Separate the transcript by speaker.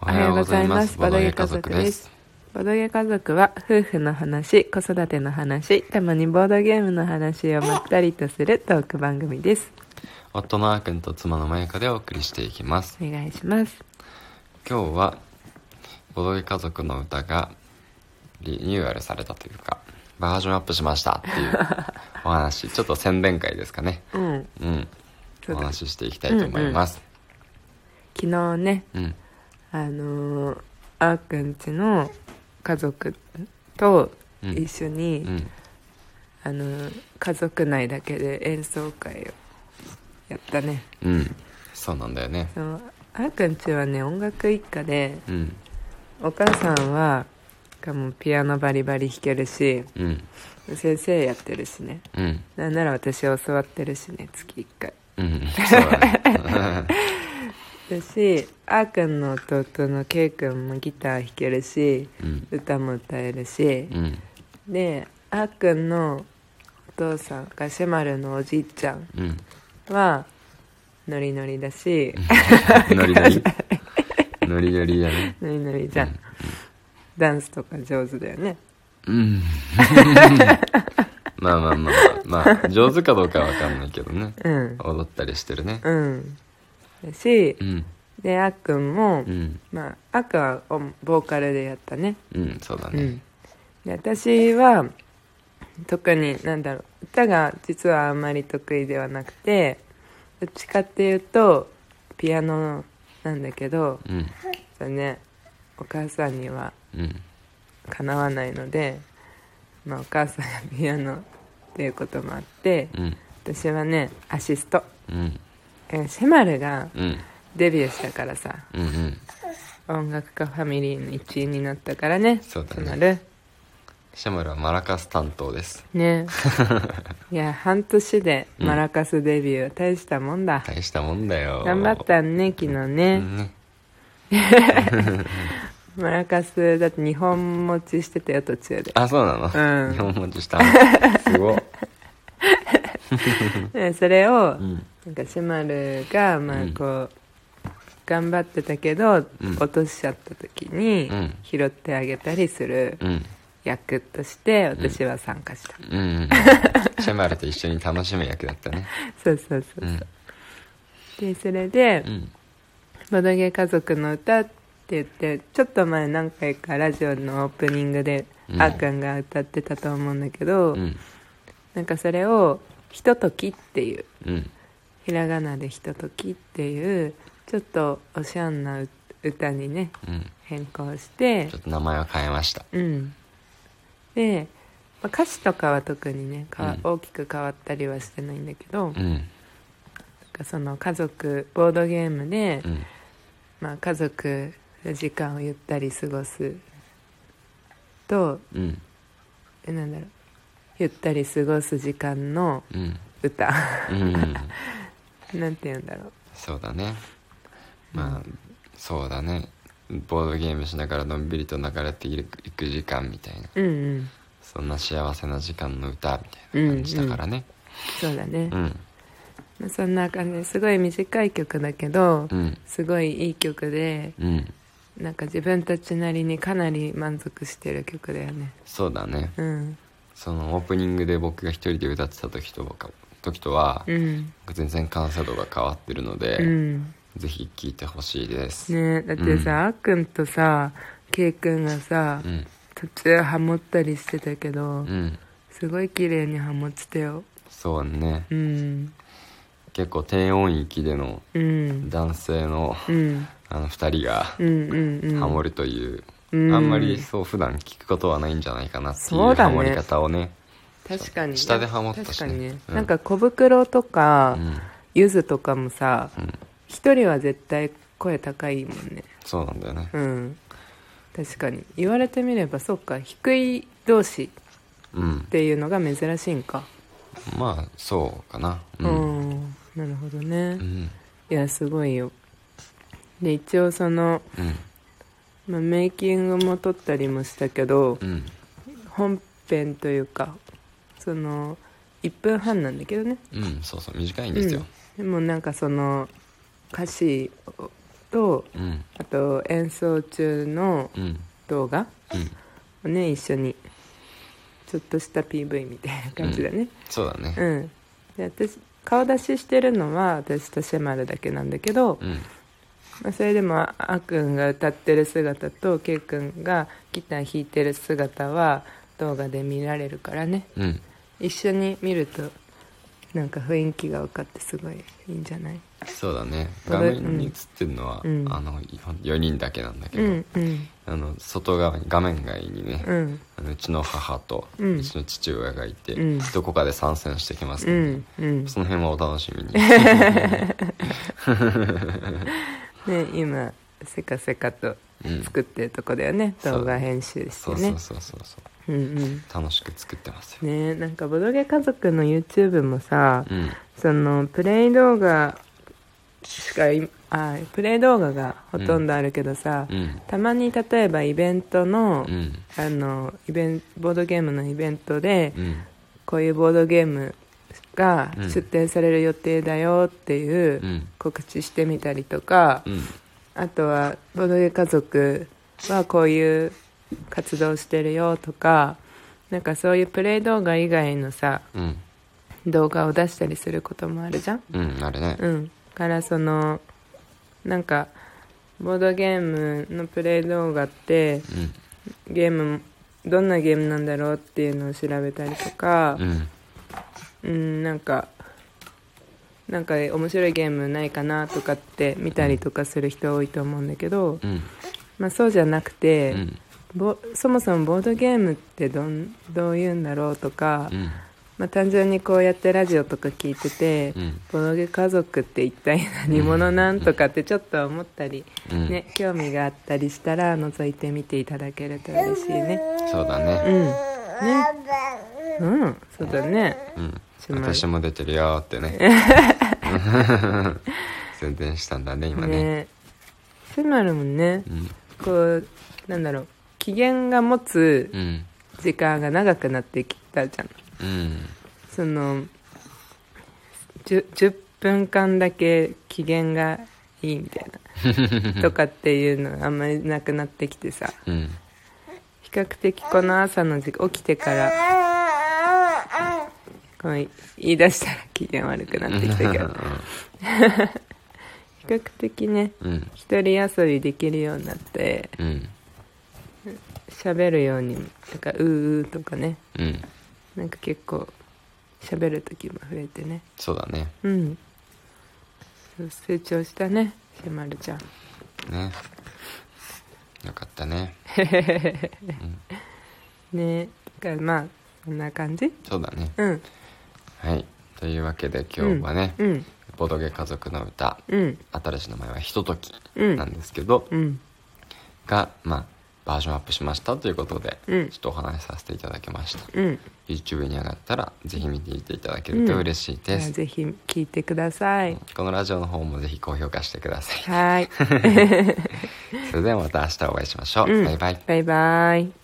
Speaker 1: おはようございます。ボドゲ家族です。。
Speaker 2: ボドゲ家族は夫婦の話、子育ての話、たまにボードゲームの話をまったりとするトーク番組です。
Speaker 1: 夫のあーくんと妻のまゆかでお送りしていきます。
Speaker 2: お願いします。
Speaker 1: 今日は、ボドゲ家族の歌がリニューアルされたというか、バージョンアップしましたっていうお話、ちょっと宣伝会ですかね。
Speaker 2: うん。
Speaker 1: うん。
Speaker 2: そ
Speaker 1: お
Speaker 2: うだ
Speaker 1: 話ししていきたいと思います。
Speaker 2: 昨日ね、
Speaker 1: うん。
Speaker 2: あのーあーくんちの家族と
Speaker 1: うん
Speaker 2: 一緒に、
Speaker 1: うん。
Speaker 2: あのー家族内だけで演奏会をやったね。
Speaker 1: うん。そうなんだよね。
Speaker 2: そのあーくんちはね、音楽一家で、
Speaker 1: うん。
Speaker 2: お母さんは、もうピアノバリバリ弾けるし、
Speaker 1: うん。
Speaker 2: 先生やってるしね
Speaker 1: うん。
Speaker 2: なんなら私教わってるしね月1回
Speaker 1: うん。そうだね。
Speaker 2: だしあーくんの弟の K くんもギター弾けるし
Speaker 1: うん。
Speaker 2: 歌も歌えるし
Speaker 1: うん。
Speaker 2: であーくんのお父さんがシェマルのおじいちゃん
Speaker 1: うん。
Speaker 2: はノリノリだし
Speaker 1: ノリノ リ。ノリノリだね。
Speaker 2: ノリノリじゃんダンスとか上手だよね
Speaker 1: うん。まあまあまあまあ、まあ、上手かどうかはわかんないけどね。
Speaker 2: うん
Speaker 1: 踊ったりしてるね。
Speaker 2: うんだし
Speaker 1: うん。
Speaker 2: であーくん
Speaker 1: う
Speaker 2: も
Speaker 1: ん。
Speaker 2: まああーくんはおボーカルでやったね
Speaker 1: うん、そうだ
Speaker 2: う
Speaker 1: ね
Speaker 2: ん。、で私は特になんだろう歌が実はあんまり得意ではなくてどっちかっていうとピアノなんだけど
Speaker 1: うん。
Speaker 2: それねお母さんには
Speaker 1: うん。
Speaker 2: かなわないので、まあ、お母さんがピアノっていうこともあって
Speaker 1: うん。
Speaker 2: 私はねアシスト
Speaker 1: うん。
Speaker 2: えシェマルが
Speaker 1: うん。
Speaker 2: デビューしたからさ
Speaker 1: うん。うん。
Speaker 2: 音楽家ファミリーの一員になったからね
Speaker 1: そうだ
Speaker 2: シ
Speaker 1: ね
Speaker 2: ェマル
Speaker 1: シャムルはマラカス担当です。
Speaker 2: ねいや半年でマラカスデビュー、大したもんだ
Speaker 1: 大したもんだよ。
Speaker 2: 頑張ったね昨日
Speaker 1: う
Speaker 2: ね、
Speaker 1: んね。
Speaker 2: マラカスだって2本持ちしてたよ途中で
Speaker 1: あ、そうなの
Speaker 2: うん
Speaker 1: 日本文字 した。すごい。
Speaker 2: ねそれを
Speaker 1: うん。
Speaker 2: なんかシマルがまあ
Speaker 1: うん
Speaker 2: こう、頑張ってたけど、
Speaker 1: ん
Speaker 2: 落としちゃった時に
Speaker 1: うん
Speaker 2: 拾ってあげたりする
Speaker 1: うん。
Speaker 2: 役として私は参加した、
Speaker 1: うんうん。シャマルと一緒に楽しむ役だったね。
Speaker 2: そうそうそう
Speaker 1: うん。
Speaker 2: でそれで、
Speaker 1: うん。
Speaker 2: ボドゲ家族の歌って言ってちょっと前何回かラジオのオープニングで、
Speaker 1: うん
Speaker 2: あーくんが歌ってたと思うんだけど、
Speaker 1: うん。
Speaker 2: なんかそれを「ひととき」っていう
Speaker 1: うん。
Speaker 2: ひらがなで「ひととき」っていうちょっとおしゃんなう歌にね
Speaker 1: うん。
Speaker 2: 変更して
Speaker 1: ちょっと名前を変えました。
Speaker 2: うんで、まあ歌詞とかは特にねかわ
Speaker 1: う
Speaker 2: 大きく変わったりはしてないんだけど、
Speaker 1: う
Speaker 2: なん
Speaker 1: ん。
Speaker 2: かその家族ボードゲームで、
Speaker 1: うん。
Speaker 2: まあ、家族の時間をゆったり過ごすと
Speaker 1: うん。
Speaker 2: えなんだろうゆったり過ごす時間の
Speaker 1: うん。
Speaker 2: 歌
Speaker 1: うん。
Speaker 2: なんて言うんだろ
Speaker 1: そうだね。まあ、そうだね。ボードゲームしながらのんびりと流れていく時間みたいな。
Speaker 2: ううんうん
Speaker 1: そんな幸せな時間の歌みたいな感じだからね。
Speaker 2: そうだね、
Speaker 1: うん。
Speaker 2: まあ、そんな感じですごい短い曲だけど
Speaker 1: うん。
Speaker 2: すごいいい曲で
Speaker 1: うん。
Speaker 2: なんか自分たちなりにかなり満足してる曲だよね
Speaker 1: そうだね。
Speaker 2: うん
Speaker 1: そのオープニングで僕が一人で歌ってた時とか時とは
Speaker 2: うん
Speaker 1: 全然感想度が変わってるので、
Speaker 2: うん
Speaker 1: ぜひ聴いてほしいです、
Speaker 2: ねだって
Speaker 1: うん
Speaker 2: さ、あっくんとさ K くんがさ、
Speaker 1: うん
Speaker 2: 途中ハモったりしてたけど、
Speaker 1: うん
Speaker 2: すごい綺麗にハモってたよ
Speaker 1: そうね
Speaker 2: うん
Speaker 1: 結構低音域での
Speaker 2: うん
Speaker 1: 男性の
Speaker 2: うん
Speaker 1: あの2人が
Speaker 2: うんうんうん
Speaker 1: ハモるという、
Speaker 2: うん
Speaker 1: あんまりそう普段聞くことはないんじゃないかなっていう
Speaker 2: そうだ
Speaker 1: ハ
Speaker 2: ね
Speaker 1: モり方をね
Speaker 2: 確かに
Speaker 1: 下でハモったしね
Speaker 2: 確かにね、
Speaker 1: うん
Speaker 2: なんか小袋とか
Speaker 1: うん
Speaker 2: ゆずとかもさ
Speaker 1: うん
Speaker 2: 一、人は絶対声高いもんね
Speaker 1: そうなんだよね
Speaker 2: うん確かに言われてみればそうか低い同士
Speaker 1: うん
Speaker 2: っていうのが珍しいんか
Speaker 1: まあそうかな
Speaker 2: う
Speaker 1: うん、
Speaker 2: んなるほどね、
Speaker 1: う
Speaker 2: い
Speaker 1: ん
Speaker 2: やすごいよで一応その、
Speaker 1: うん
Speaker 2: まあ、メイキングも撮ったりもしたけど、
Speaker 1: うん
Speaker 2: 本編というかその1分半なんだけどね
Speaker 1: うんそうそう短いんですよ、
Speaker 2: でもなんかその歌詞と
Speaker 1: うん
Speaker 2: あと演奏中の
Speaker 1: うん
Speaker 2: 動画
Speaker 1: うん
Speaker 2: をね一緒にちょっとした PV みたいな感じだね
Speaker 1: そうだ
Speaker 2: う
Speaker 1: ね
Speaker 2: ん、で私顔出ししてるのは私とシェマルだけなんだけど、
Speaker 1: うん
Speaker 2: まあ、それでもああくんが歌ってる姿とけいくんがギター弾いてる姿は動画で見られるからね
Speaker 1: うん
Speaker 2: 一緒に見るとなんか雰囲気が分かってすごいいいんじゃない
Speaker 1: そうだね
Speaker 2: こ
Speaker 1: 画
Speaker 2: れ
Speaker 1: 面に映ってるのは、
Speaker 2: うん
Speaker 1: あの4人だけなんだけ
Speaker 2: う
Speaker 1: ど、
Speaker 2: んうん
Speaker 1: あの外側に画面外にね、
Speaker 2: うん
Speaker 1: あのうちの母とう
Speaker 2: うん
Speaker 1: ちの父親がいて、
Speaker 2: うん
Speaker 1: どこかで参戦してきます
Speaker 2: う
Speaker 1: ので
Speaker 2: ん、うん
Speaker 1: その辺はお楽しみに
Speaker 2: ね今せかせかと
Speaker 1: うん
Speaker 2: 作ってるとこだよね、
Speaker 1: そう
Speaker 2: 動画編集し
Speaker 1: そ
Speaker 2: て
Speaker 1: うそう
Speaker 2: ね
Speaker 1: そうそうそう
Speaker 2: うんうん
Speaker 1: 楽しく作ってますよ、
Speaker 2: ねなんかボドゲ家族の YouTube もさ、
Speaker 1: うん
Speaker 2: そのプレイ動画しかいあプレイ動画がほとんどあるけどさ、
Speaker 1: うん
Speaker 2: たまに例えばイベントの,、
Speaker 1: うん
Speaker 2: あのイベンボードゲームのイベントで、
Speaker 1: うん
Speaker 2: こういうボードゲームが
Speaker 1: うん
Speaker 2: 出展される予定だよっていううん告知してみたりとか、
Speaker 1: うん
Speaker 2: あとはボードゲ家族はこういう活動してるよとかなんかそういうプレイ動画以外のさ
Speaker 1: うん
Speaker 2: 動画を出したりすることもあるじゃん
Speaker 1: うんあれね
Speaker 2: うん、からそのなんかボードゲームのプレイ動画って
Speaker 1: うん
Speaker 2: ゲームどんなゲームなんだろうっていうのを調べたりとか
Speaker 1: うん
Speaker 2: うんなんかなんか面白いゲームないかなとかって見たりとかする人多いと思うんだけど、
Speaker 1: うん
Speaker 2: まあ、そうじゃなくて、
Speaker 1: うん
Speaker 2: ぼそもそもボードゲームってどんどういうんだろうとか、
Speaker 1: うん
Speaker 2: まあ、単純にこうやってラジオとか聞いてて、
Speaker 1: うん
Speaker 2: ボロゲ家族って一体何者なんとかってちょっと思ったり、
Speaker 1: うん
Speaker 2: ね、興味があったりしたら覗いてみていただけると嬉しいね
Speaker 1: そうだ
Speaker 2: う
Speaker 1: ね
Speaker 2: んねうんそうだね
Speaker 1: うん
Speaker 2: しまい
Speaker 1: 私も出てるよーってね宣伝したんだね今ね
Speaker 2: ねシマルもね
Speaker 1: うん
Speaker 2: こうなんだろう機嫌が持つ
Speaker 1: うん
Speaker 2: 時間が長くなってきたじゃん
Speaker 1: うん
Speaker 2: そのじゅ 10, 分間だけ機嫌がいいみたいなとかっていうのあんまりなくなってきてさ
Speaker 1: うん
Speaker 2: 比較的この朝の時間起きてからこの言い出したら機嫌悪くなってきたけど比較的ね
Speaker 1: うん
Speaker 2: 一人遊びできるようになって
Speaker 1: うん
Speaker 2: 喋るようにもなんか「うーうー」とかね
Speaker 1: うん
Speaker 2: なんか結構喋る時も増えてね
Speaker 1: そうだね
Speaker 2: うんそう成長したねシェマルちゃん
Speaker 1: ねよかったね
Speaker 2: ねだからまあそんな感じ
Speaker 1: そうだね
Speaker 2: うん
Speaker 1: はいというわけで今日はね、
Speaker 2: うん
Speaker 1: ボドゲ家族の歌
Speaker 2: うん
Speaker 1: 新しい名前は「ひととき」
Speaker 2: うん
Speaker 1: なんですけど、
Speaker 2: うん
Speaker 1: が、まあ、バージョンアップしましたということで、
Speaker 2: うん
Speaker 1: ちょっとお話しさせていただきました、
Speaker 2: うん
Speaker 1: YouTube に上がったらぜひ見ていていただける
Speaker 2: う
Speaker 1: と
Speaker 2: ん
Speaker 1: 嬉しい
Speaker 2: じゃあ
Speaker 1: です、
Speaker 2: ぜひ聞いてください
Speaker 1: このラジオの方もぜひ高評価してください
Speaker 2: はーい
Speaker 1: それではまた明日お会いしましょう、
Speaker 2: うん
Speaker 1: バイバイ
Speaker 2: バイバイ